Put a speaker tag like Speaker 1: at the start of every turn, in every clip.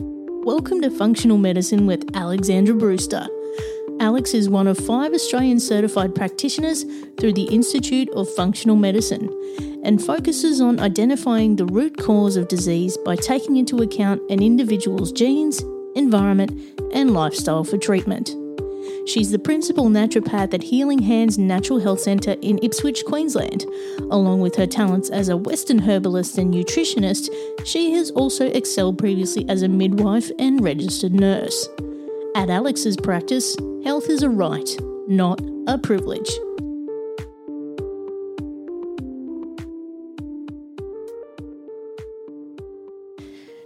Speaker 1: Welcome to Functional Medicine with Alexandra Brewster. Alex is one of five Australian certified practitioners through the Institute of Functional Medicine and focuses on identifying the root cause of disease by taking into account an individual's genes, environment, and lifestyle for treatment. She's the principal naturopath at Healing Hands Natural Health Centre in Ipswich, Queensland. Along with her talents as a Western herbalist and nutritionist, she has also excelled previously as a midwife and registered nurse. At Alex's practice, health is a right, not a privilege.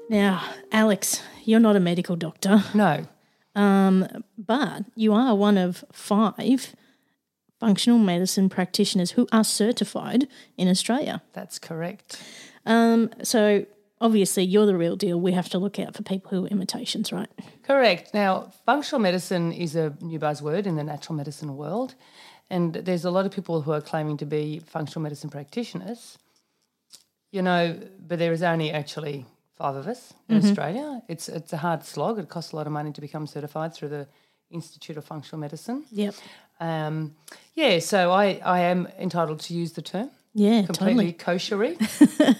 Speaker 1: Now, Alex, you're not a medical doctor.
Speaker 2: No.
Speaker 1: Um, but you are one of five functional medicine practitioners who are certified in Australia.
Speaker 2: That's correct.
Speaker 1: Um, so obviously, you're the real deal. We have to look out for people who are imitations, right?
Speaker 2: Correct. Now, functional medicine is a new buzzword in the natural medicine world. And there's a lot of people who are claiming to be functional medicine practitioners, you know, but there is only actually five of us in Australia. It's, it's a hard slog. It costs a lot of money to become certified through the Institute of Functional Medicine.
Speaker 1: Yep.
Speaker 2: Um, yeah, so I, I am entitled to use the term
Speaker 1: Yeah,
Speaker 2: completely
Speaker 1: totally.
Speaker 2: koshery.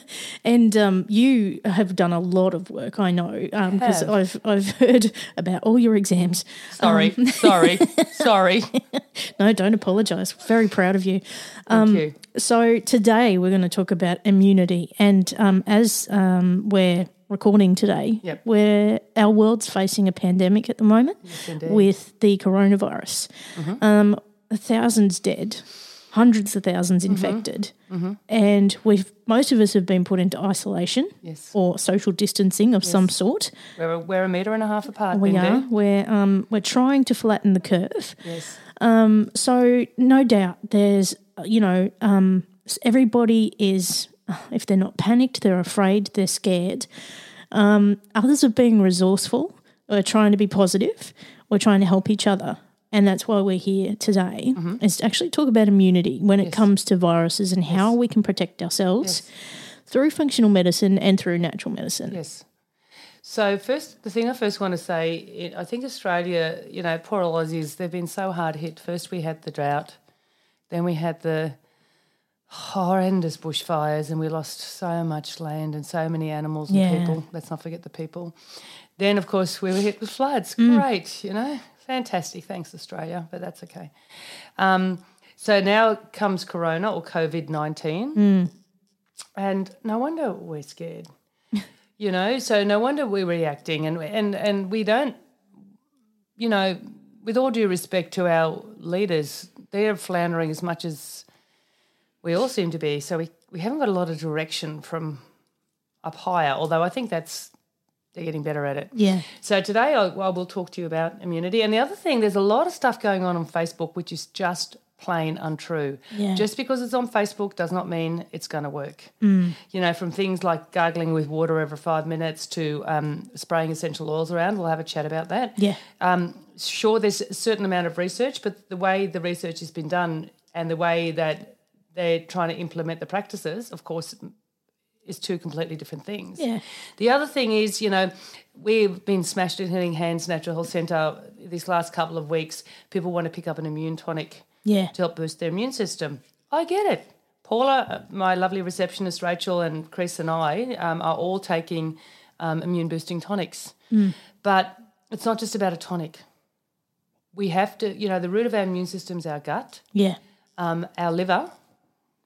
Speaker 1: And um, you have done a lot of work, I know, because
Speaker 2: Have.
Speaker 1: I've I've heard about all your exams.
Speaker 2: Sorry, sorry, sorry.
Speaker 1: No, don't apologise. Very proud of you.
Speaker 2: Thank you.
Speaker 1: So today we're going to talk about immunity, and um, as um, we're recording today,
Speaker 2: Yep.
Speaker 1: we're our world's facing a pandemic at the moment
Speaker 2: indeed.
Speaker 1: with the coronavirus. Um, thousands dead, hundreds of 1000s infected, and we've most of us have been put into isolation
Speaker 2: Yes.
Speaker 1: or social distancing of some sort.
Speaker 2: We're a, we're a metre and a half apart.
Speaker 1: We
Speaker 2: Bindu.
Speaker 1: are we're um, we're trying to flatten the curve.
Speaker 2: Yes.
Speaker 1: So no doubt there's you know um, s- everybody is if they're not panicked they're afraid they're scared. Um, others are being resourceful. We're trying to be positive. We're trying to help each other. And that's why we're here today is to actually talk about immunity when it comes to viruses and how we can protect ourselves through functional medicine and through natural medicine.
Speaker 2: Yes. So first, the thing I first want to say, it- I think Australia, you know, poor old Aussies, they've been so hard hit. First we had the drought, then we had the horrendous bushfires, and we lost so much land and so many animals and
Speaker 1: Yeah.
Speaker 2: people. Let's not forget the people. Then, of course, we were hit with floods. Great, you know, fantastic. Thanks, Australia, but that's okay. Um, so now comes Corona or COVID nineteen, and no wonder we're scared you know so no wonder we're reacting and and and we don't you know with all due respect to our leaders they're floundering as much as we all seem to be so we we haven't got a lot of direction from up higher although i think that's they're getting better at it
Speaker 1: Yeah.
Speaker 2: so today I, I will talk to you about immunity. And the other thing, there's a lot of stuff going on on Facebook which is just plain untrue.
Speaker 1: Yeah.
Speaker 2: Just because it's on Facebook does not mean it's going to work.
Speaker 1: Mm.
Speaker 2: You know, from things like gargling with water every five minutes to um, spraying essential oils around. We'll have a chat about that.
Speaker 1: Yeah.
Speaker 2: Um, sure, there's a certain amount of research, but the way the research has been done and the way that they're trying to implement the practices, of course, is two completely different things.
Speaker 1: Yeah.
Speaker 2: The other thing is, you know, we've been smashed at Healing Hands Natural Health Centre these last couple of weeks. People want to pick up an immune tonic
Speaker 1: Yeah.
Speaker 2: to help boost their immune system. I get it. Paula, uh, my lovely receptionist Rachel, and Chris and I um, are all taking um, immune boosting tonics. But it's not just about a tonic. We have to, you know, the root of our immune system is our gut
Speaker 1: Yeah.
Speaker 2: um, our liver,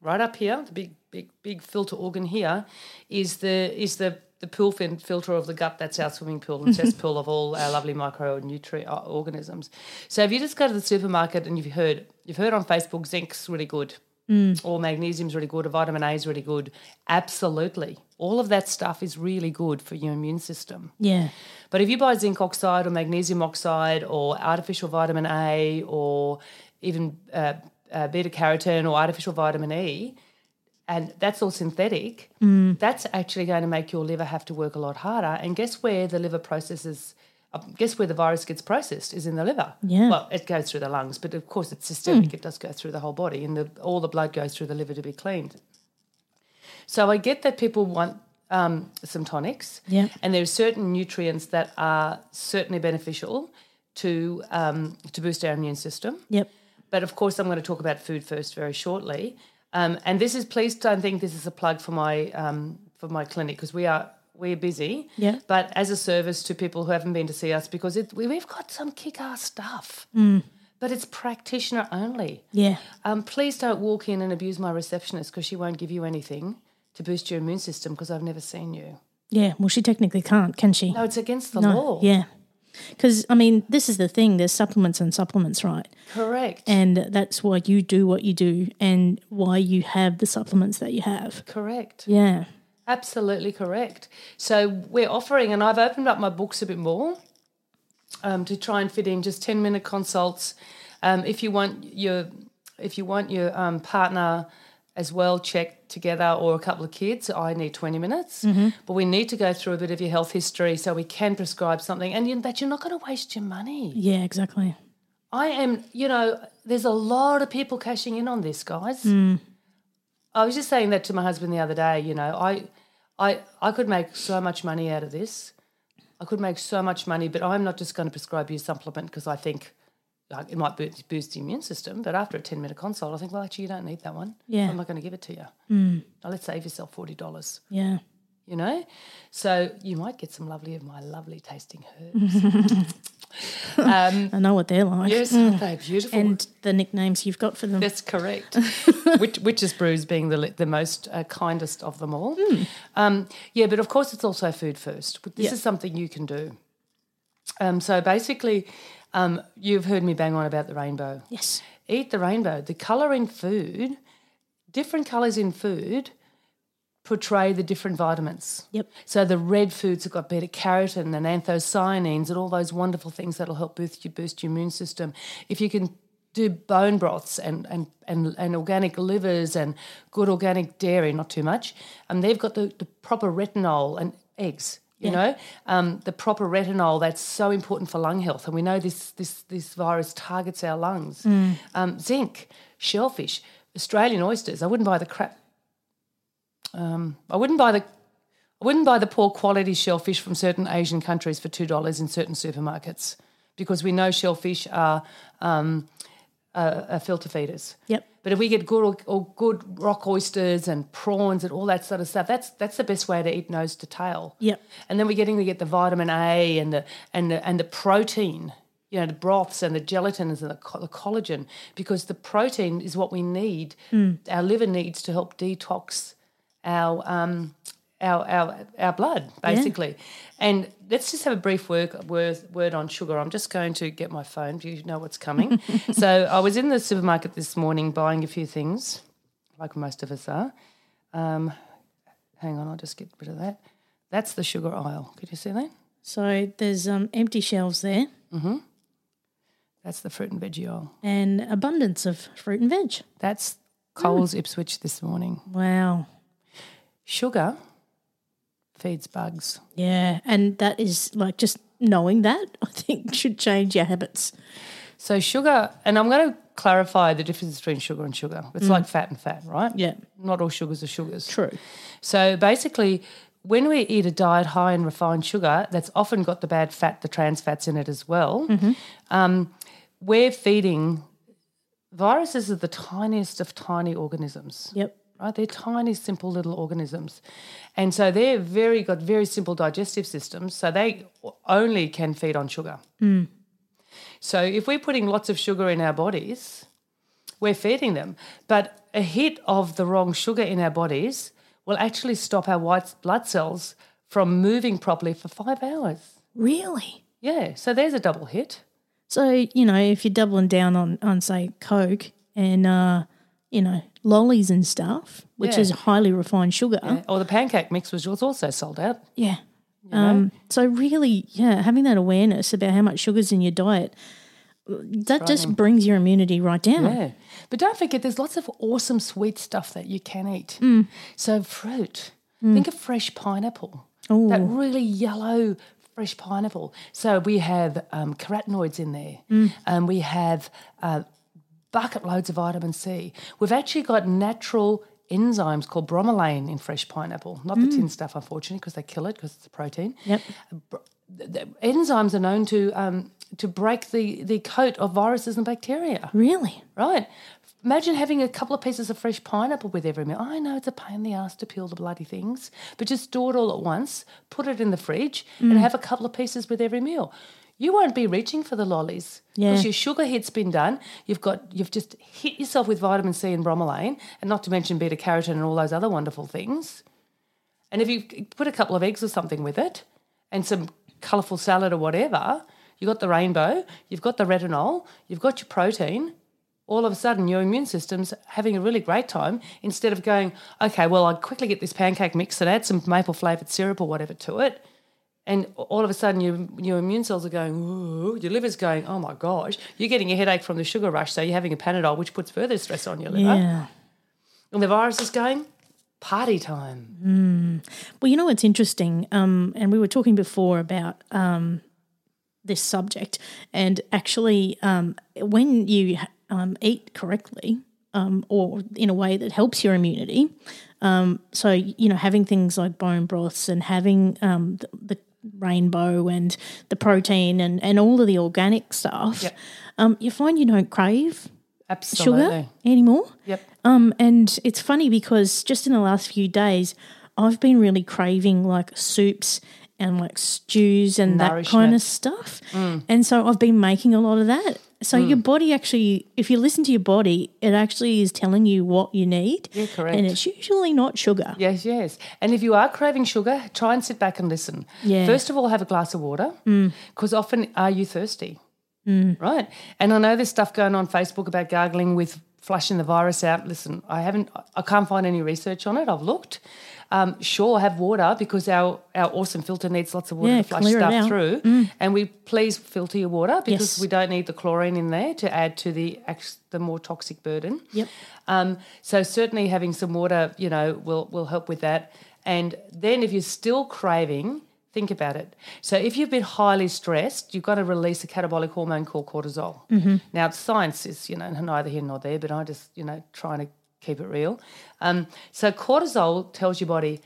Speaker 2: right up here, the big, big, big filter organ here, is the is the the pool fin- filter of the gut. That's our swimming pool and cesspool of all our lovely micronutrient organisms. So if you just go to the supermarket and you've heard you've heard on Facebook, zinc's really good, or magnesium's really good, or vitamin A is really good. Absolutely, all of that stuff is really good for your immune system.
Speaker 1: Yeah.
Speaker 2: But if you buy zinc oxide or magnesium oxide or artificial vitamin A or even uh, uh, beta carotene or artificial vitamin E, and that's all synthetic, that's actually going to make your liver have to work a lot harder. And guess where the liver processes? uh, Guess where the virus gets processed is in the liver.
Speaker 1: Yeah.
Speaker 2: Well, it goes through the lungs, but of course it's systemic. It does go through the whole body, and the, all the blood goes through the liver to be cleaned. So I get that people want um, some tonics.
Speaker 1: Yeah.
Speaker 2: And there are certain nutrients that are certainly beneficial to um, to boost our immune system.
Speaker 1: Yep.
Speaker 2: But of course, I'm going to talk about food first very shortly. Um, and this is please don't think this is a plug for my um, for my clinic because we are we're busy.
Speaker 1: Yeah.
Speaker 2: But as a service to people who haven't been to see us because it, we, we've got some kick-ass stuff.
Speaker 1: Mm.
Speaker 2: But it's practitioner only.
Speaker 1: Yeah.
Speaker 2: Um, please don't walk in and abuse my receptionist because she won't give you anything to boost your immune system because I've never seen you.
Speaker 1: Yeah. Well, she technically can't, can she?
Speaker 2: No, it's against the law.
Speaker 1: Yeah. Because, I mean, this is the thing there's supplements and supplements, right?
Speaker 2: Correct.
Speaker 1: And that's why you do what you do and why you have the supplements that you have.
Speaker 2: correct.
Speaker 1: Yeah.
Speaker 2: Absolutely correct. So we're offering, and I've opened up my books a bit more um, to try and fit in just ten minute consults. Um, if you want your if you want your um, partner as well checked together or a couple of kids, I need twenty minutes. But we need to go through a bit of your health history so we can prescribe something, and you, that you're not going to waste your money.
Speaker 1: Yeah, exactly.
Speaker 2: I am, you know, there's a lot of people cashing in on this, guys.
Speaker 1: Hmm.
Speaker 2: I was just saying that to my husband the other day, you know, I I I could make so much money out of this. I could make so much money, but I'm not just going to prescribe you a supplement because I think like, it might boost, boost the immune system. But after a 10 minute consult, I think, well, actually, you don't need that one.
Speaker 1: Yeah. Hmm.
Speaker 2: I'm not going to give it to you. Now, let's save yourself $40
Speaker 1: Yeah.
Speaker 2: you know. So you might get some lovely of my lovely tasting herbs. um,
Speaker 1: I know what they're like.
Speaker 2: yes, aren't they beautiful?
Speaker 1: Hmm. And the nicknames you've got for them.
Speaker 2: That's correct. Which witches brews being the li- the most uh, kindest of them all. Um, yeah, but of course it's also food first. But this
Speaker 1: Yeah.
Speaker 2: is something you can do. Um, so basically, um, you've heard me bang on about the rainbow
Speaker 1: Yes.
Speaker 2: eat the rainbow. The color in food, different colors in food portray the different vitamins.
Speaker 1: Yep.
Speaker 2: So the red foods have got beta carotene and anthocyanins and all those wonderful things that'll help boost your, boost your immune system. If you can do bone broths and, and, and, and organic livers and good organic dairy, not too much, and they've got the, the proper retinol and eggs. You
Speaker 1: Yeah.
Speaker 2: know, um, the proper retinol that's so important for lung health, and we know this this this virus targets our lungs.
Speaker 1: Mm.
Speaker 2: Um, zinc, shellfish, Australian oysters. I wouldn't buy the crap. Um, I wouldn't buy the I wouldn't buy the poor quality shellfish from certain Asian countries for two dollars in certain supermarkets because we know shellfish are um, uh, are filter feeders.
Speaker 1: Yep.
Speaker 2: But if we get good or, or good rock oysters and prawns and all that sort of stuff, that's that's the best way to eat nose to tail.
Speaker 1: Yep.
Speaker 2: And then we're getting to get the vitamin A and the and the and the protein, you know, the broths and the gelatins and the, co- the collagen, because the protein is what we need. Our liver needs to help detox our um our our, our blood basically. And let's just have a brief work, word word on sugar. I'm just going to get my phone. Do you know what's coming? so I was in the supermarket this morning buying a few things, like most of us are. Um, hang on, I'll just get rid of that. That's the sugar aisle. Could you see that?
Speaker 1: So there's um, empty shelves there
Speaker 2: That's the fruit and veggie aisle.
Speaker 1: and abundance of fruit and veg.
Speaker 2: That's Coles Ipswich this morning.
Speaker 1: Wow.
Speaker 2: Sugar feeds bugs.
Speaker 1: Yeah. And that is like just knowing that, I think, should change your habits.
Speaker 2: So sugar, and I'm going to clarify the difference between sugar and sugar. It's like fat and fat, right?
Speaker 1: Yeah.
Speaker 2: Not all sugars are sugars.
Speaker 1: True.
Speaker 2: So basically, when we eat a diet high in refined sugar, that's often got the bad fat, the trans fats in it as well. Um, we're feeding viruses are the tiniest of tiny organisms.
Speaker 1: Yep.
Speaker 2: Right, they're tiny, simple little organisms, and so they're very got very simple digestive systems. So they only can feed on sugar. So if we're putting lots of sugar in our bodies, we're feeding them. But a hit of the wrong sugar in our bodies will actually stop our white blood cells from moving properly for five hours.
Speaker 1: Really?
Speaker 2: Yeah, so there's a double hit.
Speaker 1: So, you know, if you're doubling down on, on say, Coke and, uh, you know, lollies and stuff, which
Speaker 2: Yeah.
Speaker 1: is highly refined sugar.
Speaker 2: Or the pancake mix was was also sold out.
Speaker 1: Yeah. Um, so really, yeah, having that awareness about how much sugar's in your diet, that just brings your immunity right down.
Speaker 2: Yeah. But don't forget, there's lots of awesome sweet stuff that you can eat. So, fruit. Think of fresh pineapple. That really yellow fresh pineapple. So, we have um, carotenoids in there, and we have uh, bucket loads of vitamin C. We've actually got natural enzymes called bromelain in fresh pineapple. Not the tin stuff, unfortunately, because they kill it because it's a protein.
Speaker 1: Yep.
Speaker 2: The- the enzymes are known to um, to break the, the coat of viruses and bacteria.
Speaker 1: Really?
Speaker 2: Right. Imagine having a couple of pieces of fresh pineapple with every meal. I know it's a pain in the ass to peel the bloody things, but just store it all at once, put it in the fridge, and have a couple of pieces with every meal. You won't be reaching for the lollies
Speaker 1: Yeah.
Speaker 2: because your sugar hit's been done. You've got you've just hit yourself with vitamin C and bromelain, and not to mention beta carotene and all those other wonderful things. And if you put a couple of eggs or something with it, and some colourful salad or whatever, you got the rainbow, you've got the retinol, you've got your protein all of a sudden your immune system's having a really great time instead of going, okay, well, I'll quickly get this pancake mix and add some maple flavored syrup or whatever to it. And all of a sudden your, your immune cells are going, ooh, your liver's going, oh my gosh, you're getting a headache from the sugar rush. So you're having a Panadol, which puts further stress on your liver.
Speaker 1: Yeah.
Speaker 2: And the virus is going, party time.
Speaker 1: Well, you know what's interesting, um, and we were talking before about um, this subject, and actually, um, when you um, eat correctly um, or in a way that helps your immunity, um, so you know, having things like bone broths and having um, the, the rainbow and the protein and and all of the organic stuff, um, you find you don't crave
Speaker 2: Absolutely.
Speaker 1: sugar anymore.
Speaker 2: Yep.
Speaker 1: Um, and it's funny because just in the last few days, I've been really craving like soups and like stews and that kind of
Speaker 2: Nourishment. Mm.
Speaker 1: stuff. And so I've been making a lot of that. So your body actually, if you listen to your body, it actually is telling you what you need. Yeah,
Speaker 2: correct.
Speaker 1: And it's usually not sugar.
Speaker 2: Yes, yes. And if you are craving sugar, try and sit back and listen.
Speaker 1: Yeah. Mm.
Speaker 2: First of all, have a glass of water because often are you thirsty? Mm. Right. And I know there's stuff going on Facebook about gargling with flushing the virus out. Listen, I haven't, I can't find any research on it. I've looked. Um, sure, have water because our, our awesome filter needs lots of water
Speaker 1: Yeah,
Speaker 2: to flush
Speaker 1: clear it
Speaker 2: stuff
Speaker 1: out. Mm.
Speaker 2: through. And we please filter your water because
Speaker 1: Yes.
Speaker 2: we don't need the chlorine in there to add to the ex- the more toxic burden.
Speaker 1: Yep.
Speaker 2: Um, so certainly having some water, you know, will will help with that. And then if you're still craving, think about it. So if you've been highly stressed, you've got to release a catabolic hormone called cortisol. Now science is, you know, neither here nor there, but I just, you know, trying to keep it real. Um, so cortisol tells your body,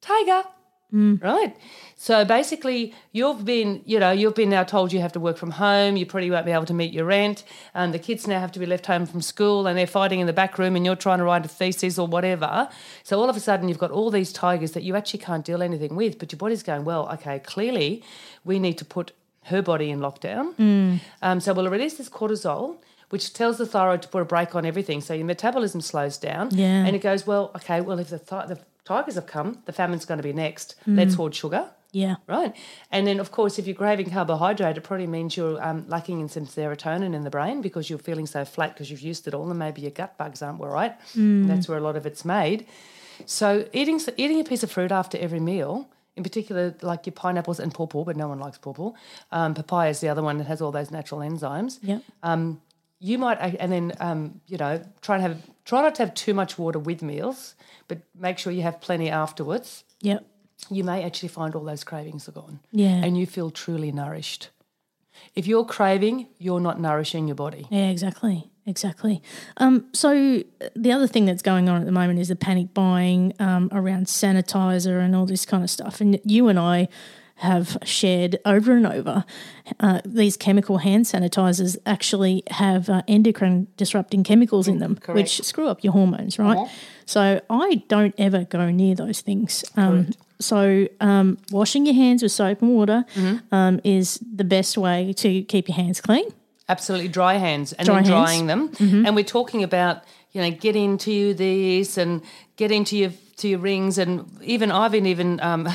Speaker 2: Tiger. Right. So basically, you've been, you know, you've been now told you have to work from home. You probably won't be able to meet your rent. And the kids now have to be left home from school and they're fighting in the back room and you're trying to write a thesis or whatever. So all of a sudden, you've got all these tigers that you actually can't deal anything with. But your body's going, well, okay, clearly we need to put her body in lockdown. Um, so we'll release this cortisol, which tells the thyroid to put a brake on everything. So your metabolism slows down.
Speaker 1: Yeah.
Speaker 2: And it goes, well, okay, well, if the, th- the tigers have come, the famine's going to be next. Let's hoard sugar.
Speaker 1: Yeah.
Speaker 2: Right. And then, of course, if you're craving carbohydrate, it probably means you're um, lacking in some serotonin in the brain because you're feeling so flat because you've used it all and maybe your gut bugs aren't well, right? That's where a lot of it's made. So, eating, s- eating a piece of fruit after every meal, in particular, like your pineapples and pawpaw, but no one likes pawpaw. Um, papaya is the other one that has all those natural enzymes
Speaker 1: Yep.
Speaker 2: you might and then um, you know try and have try not to have too much water with meals but make sure you have plenty afterwards
Speaker 1: Yep.
Speaker 2: you may actually find all those cravings are gone
Speaker 1: Yeah.
Speaker 2: and you feel truly nourished if you're craving you're not nourishing your body
Speaker 1: Yeah, exactly. Exactly. Um, so uh, the other thing that's going on at the moment is the panic buying um, around sanitizer and all this kind of stuff. And you and I have shared over and over uh, these chemical hand sanitizers actually have uh, endocrine disrupting chemicals in them, which screw up your hormones, right? So I don't ever go near those things. Um, so um, washing your hands with soap and water um, is the best way to keep your hands clean.
Speaker 2: absolutely dry hands and
Speaker 1: Dry
Speaker 2: then
Speaker 1: hands. Mm-hmm.
Speaker 2: drying them and we're talking about you know get into you this and get into your to your rings and even i've been even um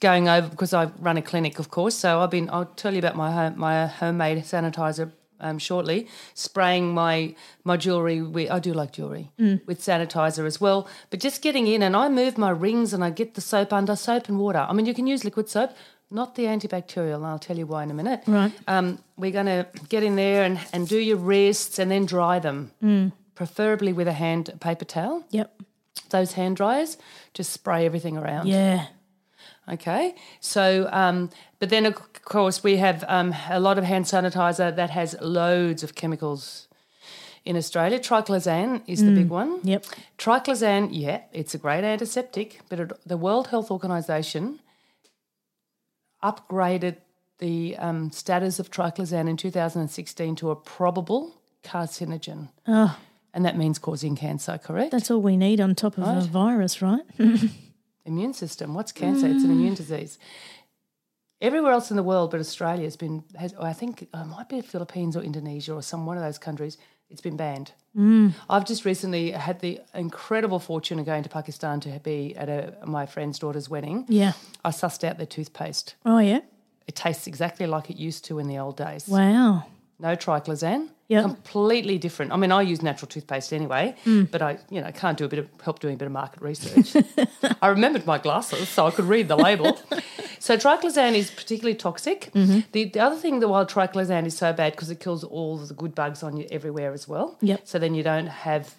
Speaker 2: going over because i run a clinic of course so i've been i'll tell you about my home, my homemade sanitizer um, shortly spraying my my jewelry with i do like jewelry
Speaker 1: Mm.
Speaker 2: with sanitizer as well but just getting in and i move my rings and i get the soap under soap and water i mean you can use liquid soap not the antibacterial and i'll tell you why in a minute
Speaker 1: Right.
Speaker 2: um, we're going to get in there and, and do your wrists and then dry them,
Speaker 1: Mm.
Speaker 2: preferably with a hand paper towel.
Speaker 1: Yep.
Speaker 2: Those hand dryers, just spray everything around.
Speaker 1: Yeah.
Speaker 2: Okay. So, um, but then of course we have um, a lot of hand sanitizer that has loads of chemicals in Australia. Triclosan is the big one.
Speaker 1: Yep.
Speaker 2: Triclosan, yeah, it's a great antiseptic, but it, the World Health Organization upgraded the um, status of triclosan in 2016 to a probable carcinogen. And that means causing cancer, correct?
Speaker 1: That's all we need on top of a virus, right?
Speaker 2: immune system. What's cancer? It's an immune disease. Everywhere else in the world, but Australia has been, has, I think oh, it might be the Philippines or Indonesia or some one of those countries, it's been banned. I've just recently had the incredible fortune of going to Pakistan to be at a, my friend's daughter's wedding.
Speaker 1: yeah.
Speaker 2: I sussed out their toothpaste.
Speaker 1: Oh, yeah.
Speaker 2: It tastes exactly like it used to in the old days.
Speaker 1: Wow.
Speaker 2: No triclosan.
Speaker 1: Yep.
Speaker 2: Completely different. I mean, I use natural toothpaste anyway, but I, you know, can't do a bit of help doing a bit of market research. I remembered my glasses, so I could read the label. so triclosan is particularly toxic. The, the other thing, the wild triclosan is so bad because it kills all the good bugs on you everywhere as well.
Speaker 1: Yep.
Speaker 2: So then you don't have,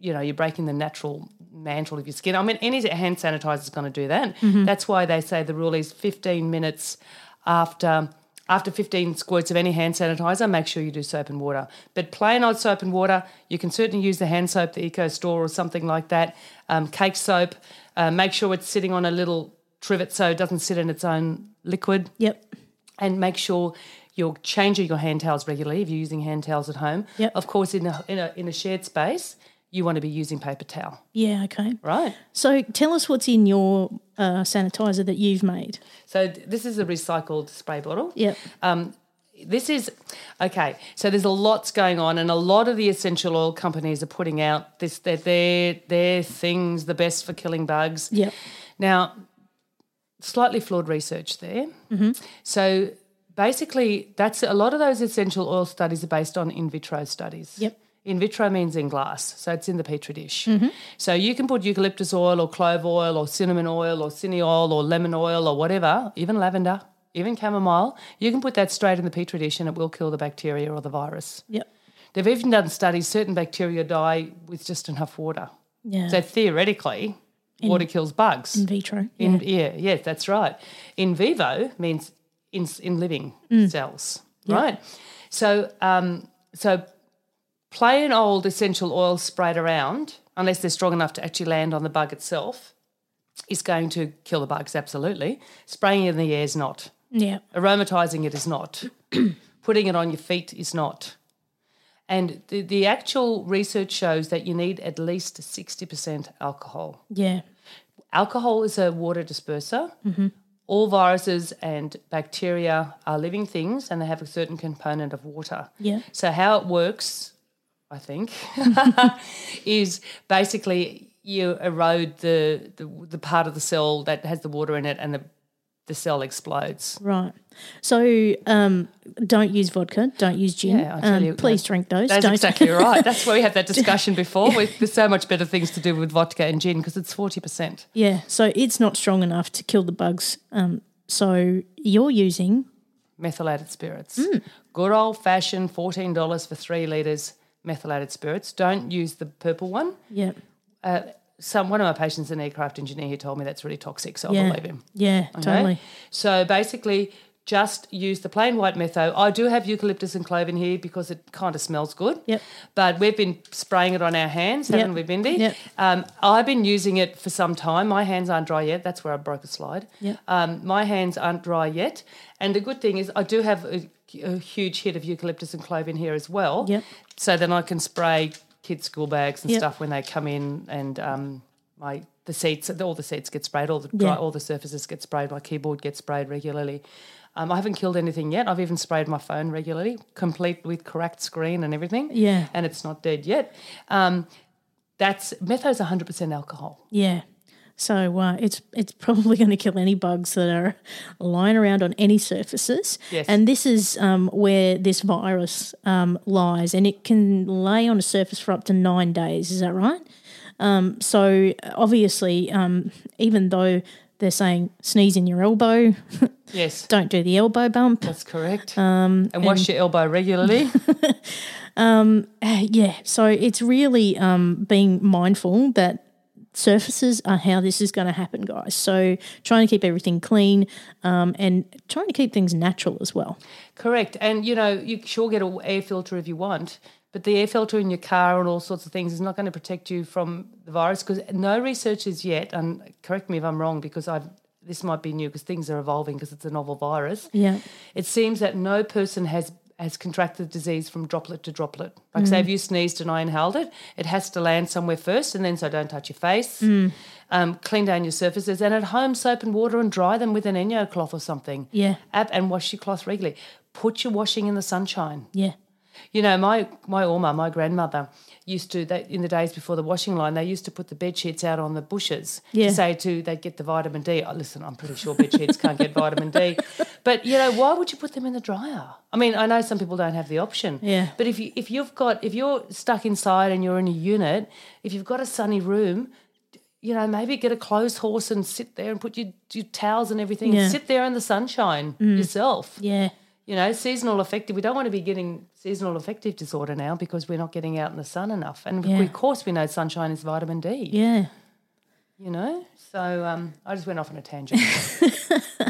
Speaker 2: you know, you're breaking the natural mantle of your skin. I mean, any hand sanitizer is going to do that. That's why they say the rule is 15 minutes after after 15 squirts of any hand sanitizer, make sure you do soap and water. But plain old soap and water, you can certainly use the hand soap, the Eco Store, or something like that. Um, cake soap, uh, make sure it's sitting on a little trivet so it doesn't sit in its own liquid
Speaker 1: Yep.
Speaker 2: and make sure you're changing your hand towels regularly if you're using hand towels at home.
Speaker 1: Yep.
Speaker 2: Of course, in a, in a in a shared space, you want to be using paper towel,
Speaker 1: Yeah, okay.
Speaker 2: right?
Speaker 1: So tell us what's in your uh, sanitizer that you've made.
Speaker 2: So th- this is a recycled spray bottle.
Speaker 1: Yep.
Speaker 2: This is okay. So there's a lot's going on, and a lot of the essential oil companies are putting out this their their their things the best for killing bugs.
Speaker 1: Yep.
Speaker 2: Now, slightly flawed research there. So basically, that's a lot of those essential oil studies are based on in vitro studies.
Speaker 1: Yep.
Speaker 2: In vitro means in glass, so it's in the petri dish. So you can put eucalyptus oil or clove oil or cinnamon oil or cine oil or lemon oil or whatever, even lavender, even chamomile. You can put that straight in the petri dish and it will kill the bacteria or the virus.
Speaker 1: Yep.
Speaker 2: They've even done studies, certain bacteria die with just enough water.
Speaker 1: Yeah.
Speaker 2: So theoretically, water kills bugs.
Speaker 1: in vitro. Yeah.
Speaker 2: In, yeah, yeah, that's right. In vivo means in in living cells, right? So, um, so plain old essential oil sprayed around, unless they're strong enough to actually land on the bug itself, is going to kill the bugs. Absolutely, spraying it in the air is not.
Speaker 1: yeah.
Speaker 2: Aromatizing it is not. Putting it on your feet is not. And the, the actual research shows that you need at least 60% alcohol
Speaker 1: Yeah.
Speaker 2: alcohol is a water disperser. All viruses and bacteria are living things and they have a certain component of water.
Speaker 1: Yeah.
Speaker 2: So, how it works, I think, is basically you erode the, the, the part of the cell that has the water in it and the, the cell explodes.
Speaker 1: Right. So um, don't use vodka. Don't use gin.
Speaker 2: Yeah, I tell
Speaker 1: um,
Speaker 2: you,
Speaker 1: please
Speaker 2: that's-
Speaker 1: drink those.
Speaker 2: That's
Speaker 1: don't.
Speaker 2: exactly right. That's why we had that discussion before. With, there's so much better things to do with vodka and gin because it's 40%.
Speaker 1: Yeah. So it's not strong enough to kill the bugs. Um, so you're using.
Speaker 2: methylated spirits. Good old fashioned $14 for three litres methylated spirits. Don't use the purple one.
Speaker 1: Yeah.
Speaker 2: Some one of my patients, an aircraft engineer, who told me that's really toxic, so I
Speaker 1: Yeah.
Speaker 2: believe him.
Speaker 1: Yeah.
Speaker 2: Okay?
Speaker 1: Totally.
Speaker 2: So basically, just use the plain white metho. I do have eucalyptus and clove in here because it kind of smells good.
Speaker 1: Yep.
Speaker 2: But we've been spraying it on our hands, haven't we, Bindi?
Speaker 1: Yep.
Speaker 2: Um, I've been using it for some time. My hands aren't dry yet. That's where I broke a slide.
Speaker 1: Yep.
Speaker 2: Um, my hands aren't dry yet. And the good thing is, I do have a, a huge hit of eucalyptus and clove in here as well.
Speaker 1: Yep.
Speaker 2: So then I can spray kids' school bags and
Speaker 1: Yep.
Speaker 2: stuff when they come in and. Um, my the seats all the seats get sprayed all the dry,
Speaker 1: Yeah.
Speaker 2: all the surfaces get sprayed my keyboard gets sprayed regularly um, I haven't killed anything yet I've even sprayed my phone regularly complete with cracked screen and everything
Speaker 1: Yeah.
Speaker 2: and it's not dead yet um, that's metho's 100% alcohol
Speaker 1: Yeah. So uh, it's it's probably going to kill any bugs that are lying around on any surfaces.
Speaker 2: Yes.
Speaker 1: And this is um, where this virus um, lies, and it can lay on a surface for up to nine days. Is that right? Um, so obviously, um, even though they're saying sneeze in your elbow,
Speaker 2: yes
Speaker 1: don't do the elbow bump.
Speaker 2: that's correct um, and wash your elbow regularly
Speaker 1: Yeah. So it's really um, being mindful that surfaces are how this is going to happen, guys. So trying to keep everything clean um, and trying to keep things natural as well.
Speaker 2: Correct. And you know, you sure get an air filter if you want, but the air filter in your car and all sorts of things is not going to protect you from the virus because no research is yet. And correct me if I'm wrong because I've this might be new because things are evolving because it's a novel virus.
Speaker 1: Yeah.
Speaker 2: It seems that no person has has contracted disease from droplet to droplet. Like say if you sneezed and I inhaled it, it has to land somewhere first and then so don't touch your face. Um, clean down your surfaces and at home soap and water and dry them with an Enyo cloth or something.
Speaker 1: Yeah.
Speaker 2: App and wash your cloth regularly. Put your washing in the sunshine.
Speaker 1: Yeah.
Speaker 2: You know, my my Oma, my grandmother used to that in the days before the washing line, they used to put the bed sheets out on the bushes
Speaker 1: Yeah.
Speaker 2: to say to they'd get the vitamin D. Oh, listen, I'm pretty sure bed sheets can't get vitamin D. But you know, why would you put them in the dryer? I mean, I know some people don't have the option.
Speaker 1: Yeah.
Speaker 2: But if you if you've got if you're stuck inside and you're in a unit, if you've got a sunny room, you know, maybe get a clothes horse and sit there and put your, your towels and everything.
Speaker 1: Yeah. Mm.
Speaker 2: Sit there in the sunshine yourself
Speaker 1: Yeah.
Speaker 2: you know, seasonal affective. We don't want to be getting seasonal affective disorder now because we're not getting out in the sun enough. And
Speaker 1: Yeah.
Speaker 2: of course, we know sunshine is vitamin D.
Speaker 1: Yeah.
Speaker 2: You know, so um, I just went off on a tangent,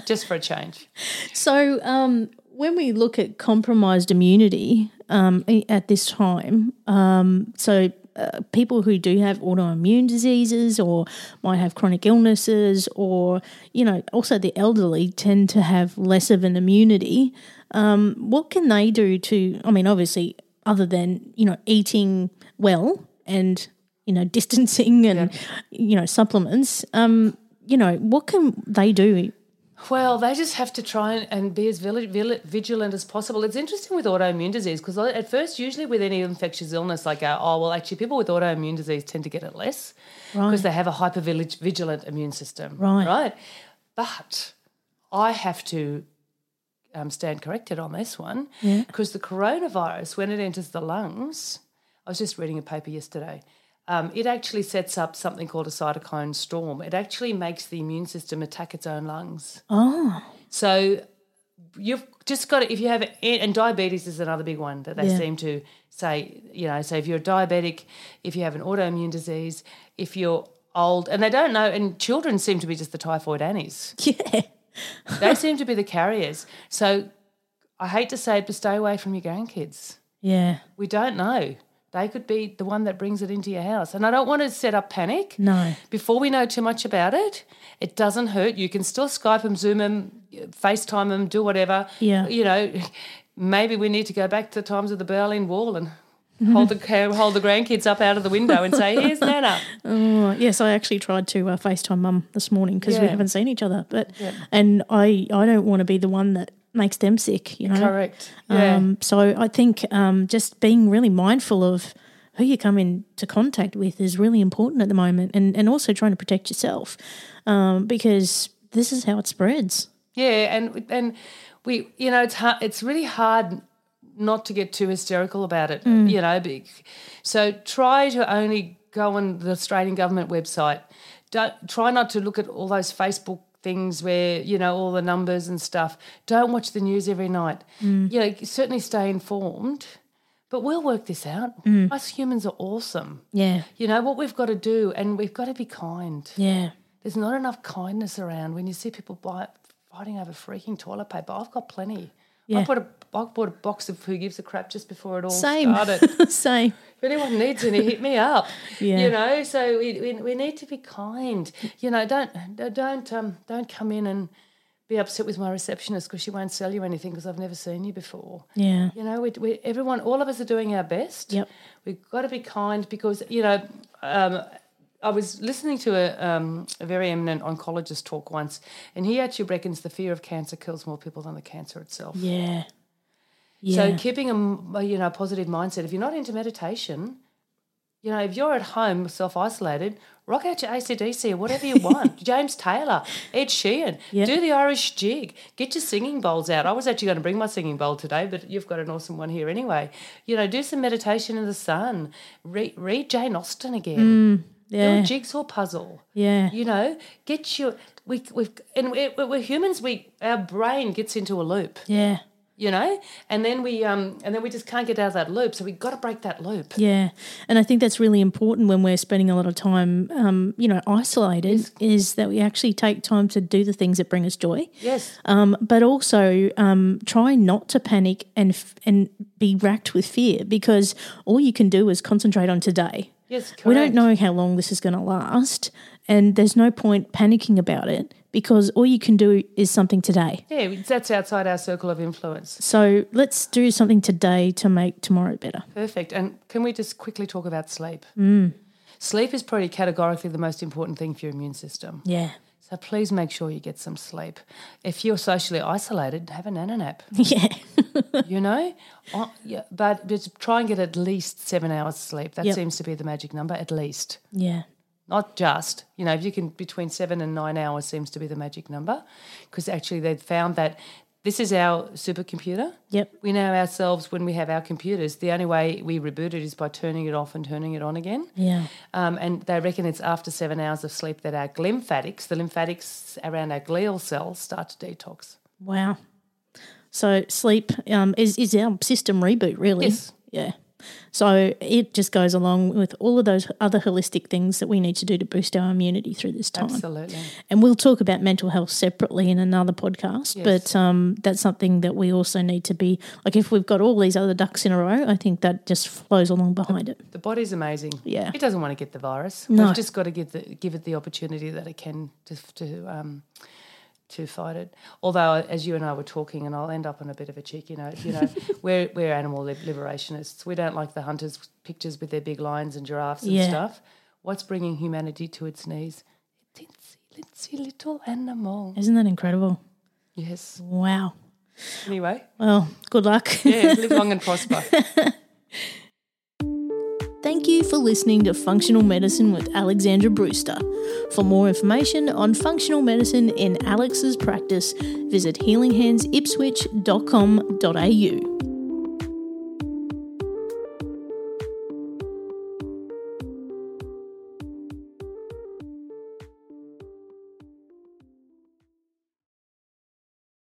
Speaker 2: just for a change.
Speaker 1: So um, when we look at compromised immunity um, i- at this time, um, so uh, people who do have autoimmune diseases or might have chronic illnesses, or you know, also the elderly tend to have less of an immunity. Um, what can they do to? I mean, obviously, other than you know eating well and you know distancing and you know supplements, um, you know, what can they do?
Speaker 2: Well, they just have to try and, and be as vili- vili- vigilant as possible. It's interesting with autoimmune disease because at first, usually with any infectious illness, like uh, oh well, actually people with autoimmune disease tend to get it less because they have a hyper vigilant immune system.
Speaker 1: Right.
Speaker 2: Right. But I have to um, stand corrected on this one because the coronavirus, when it enters the lungs, I was just reading a paper yesterday. Um, it actually sets up something called a cytokine storm. It actually makes the immune system attack its own lungs.
Speaker 1: Oh,
Speaker 2: So you've just got to, if you have, and diabetes is another big one that they
Speaker 1: Yeah.
Speaker 2: seem to say, you know, so if you're diabetic, if you have an autoimmune disease, if you're old, and they don't know, and children seem to be just the typhoid annies.
Speaker 1: yeah.
Speaker 2: They seem to be the carriers. So I hate to say it, but stay away from your grandkids.
Speaker 1: Yeah.
Speaker 2: We don't know. They could be the one that brings it into your house. And I don't want to set up panic.
Speaker 1: No.
Speaker 2: Before we know too much about it, it doesn't hurt. You can still Skype them, Zoom them, FaceTime them, do whatever.
Speaker 1: Yeah.
Speaker 2: You know, maybe we need to go back to the times of the Berlin Wall and hold the hold the grandkids up out of the window and say, "Here's Nana."
Speaker 1: Oh, yes, I actually tried to uh, FaceTime mum this morning because we
Speaker 2: Yeah.
Speaker 1: haven't seen each other. But and I I don't want to be the one that makes them sick. You know.
Speaker 2: Correct. Yeah.
Speaker 1: Um, so I think um, just being really mindful of who you come into contact with is really important at the moment, and and also trying to protect yourself um, because this is how it spreads.
Speaker 2: Yeah, and and we, you know, it's hard, it's really hard not to get too hysterical about it, you know. be- So try to only go on the Australian government website. Don't try not to look at all those Facebook things where you know all the numbers and stuff. Don't watch the news every night. You know, certainly stay informed, but we'll work this out. Us humans are awesome.
Speaker 1: Yeah.
Speaker 2: You know what we've got to do, and we've got to be kind
Speaker 1: Yeah.
Speaker 2: there's not enough kindness around when you see people buy, fighting over freaking toilet paper. I've got plenty.
Speaker 1: Yeah.
Speaker 2: I bought a I bought a box of who gives a crap just before it all
Speaker 1: Same.
Speaker 2: started.
Speaker 1: Same.
Speaker 2: If anyone needs any, hit me up.
Speaker 1: Yeah.
Speaker 2: You know, so we, we, we need to be kind. You know, don't don't um don't come in and be upset with my receptionist because she won't sell you anything because I've never seen you before.
Speaker 1: Yeah.
Speaker 2: You know, we, we, everyone, all of us are doing our best.
Speaker 1: Yep.
Speaker 2: We've got to be kind because, you know, um, I was listening to a, um, a very eminent oncologist talk once, and he actually reckons the fear of cancer kills more people than the cancer itself.
Speaker 1: Yeah.
Speaker 2: So
Speaker 1: Yeah.
Speaker 2: keeping a m- a, you know positive mindset. If you're not into meditation, you know if you're at home self isolated, rock out your ACDC or whatever you want. James Taylor, Ed Sheehan,
Speaker 1: Yeah.
Speaker 2: do the Irish jig. Get your singing bowls out. I was actually going to bring my singing bowl today, but you've got an awesome one here anyway. You know, do some meditation in the sun. Read, read Jane Austen again.
Speaker 1: Mm,
Speaker 2: Do
Speaker 1: yeah.
Speaker 2: a jigsaw puzzle.
Speaker 1: Yeah.
Speaker 2: You know, get your we we've and we're, we're humans. We our brain gets into a loop.
Speaker 1: Yeah.
Speaker 2: you know and then we um and then we just can't get out of that loop so we've got to break that loop
Speaker 1: Yeah, and I think that's really important when we're spending a lot of time, um, you know, isolated, is that we actually take time to do the things that bring us joy,
Speaker 2: yes
Speaker 1: um, but also um, try not to panic and f- and be racked with fear because all you can do is concentrate on today.
Speaker 2: yes correct.
Speaker 1: We don't know how long this is going to last, and there's no point panicking about it because all you can do is something today.
Speaker 2: yeah that's outside our circle of influence
Speaker 1: So let's do something today to make tomorrow better.
Speaker 2: perfect and can we just quickly talk about sleep
Speaker 1: Mm.
Speaker 2: sleep is probably categorically the most important thing for your immune system
Speaker 1: Yeah.
Speaker 2: so please make sure you get some sleep if you're socially isolated have an nana nap
Speaker 1: Yeah.
Speaker 2: you know Oh, yeah, but just try and get at least seven hours sleep that
Speaker 1: Yep.
Speaker 2: seems to be the magic number at least
Speaker 1: Yeah.
Speaker 2: not just you know if you can between seven and nine hours seems to be the magic number because actually they've found that this is our supercomputer
Speaker 1: Yep.
Speaker 2: we know ourselves when we have our computers the only way we reboot it is by turning it off and turning it on again
Speaker 1: Yeah.
Speaker 2: um, and they reckon it's after seven hours of sleep that our lymphatics the lymphatics around our glial cells start to detox
Speaker 1: Wow. So sleep um, is is our system reboot really?
Speaker 2: Yes.
Speaker 1: Yeah. So it just goes along with all of those other holistic things that we need to do to boost our immunity through this time.
Speaker 2: absolutely
Speaker 1: And we'll talk about mental health separately in another podcast,
Speaker 2: Yes.
Speaker 1: but um, that's something that we also need to be like if we've got all these other ducks in a row, I think that just flows along behind it.
Speaker 2: the body's amazing
Speaker 1: Yeah.
Speaker 2: it doesn't want to get the virus
Speaker 1: No.
Speaker 2: we've just got to give the give it the opportunity that it can to to um to fight it. Although, as you and I were talking, and I'll end up on a bit of a cheeky note, you know, we're, we're animal lib- liberationists. We don't like the hunters' pictures with their big lions and giraffes and
Speaker 1: Yeah.
Speaker 2: stuff. What's bringing humanity to its knees? Tinsy, linsy little animal.
Speaker 1: Isn't that incredible?
Speaker 2: Yes.
Speaker 1: Wow.
Speaker 2: Anyway,
Speaker 1: Well, good luck.
Speaker 2: yeah, live long and prosper.
Speaker 1: Thank you for listening to Functional Medicine with Alexandra Brewster. For more information on functional medicine in Alex's practice, visit healinghandsipswich.com.au.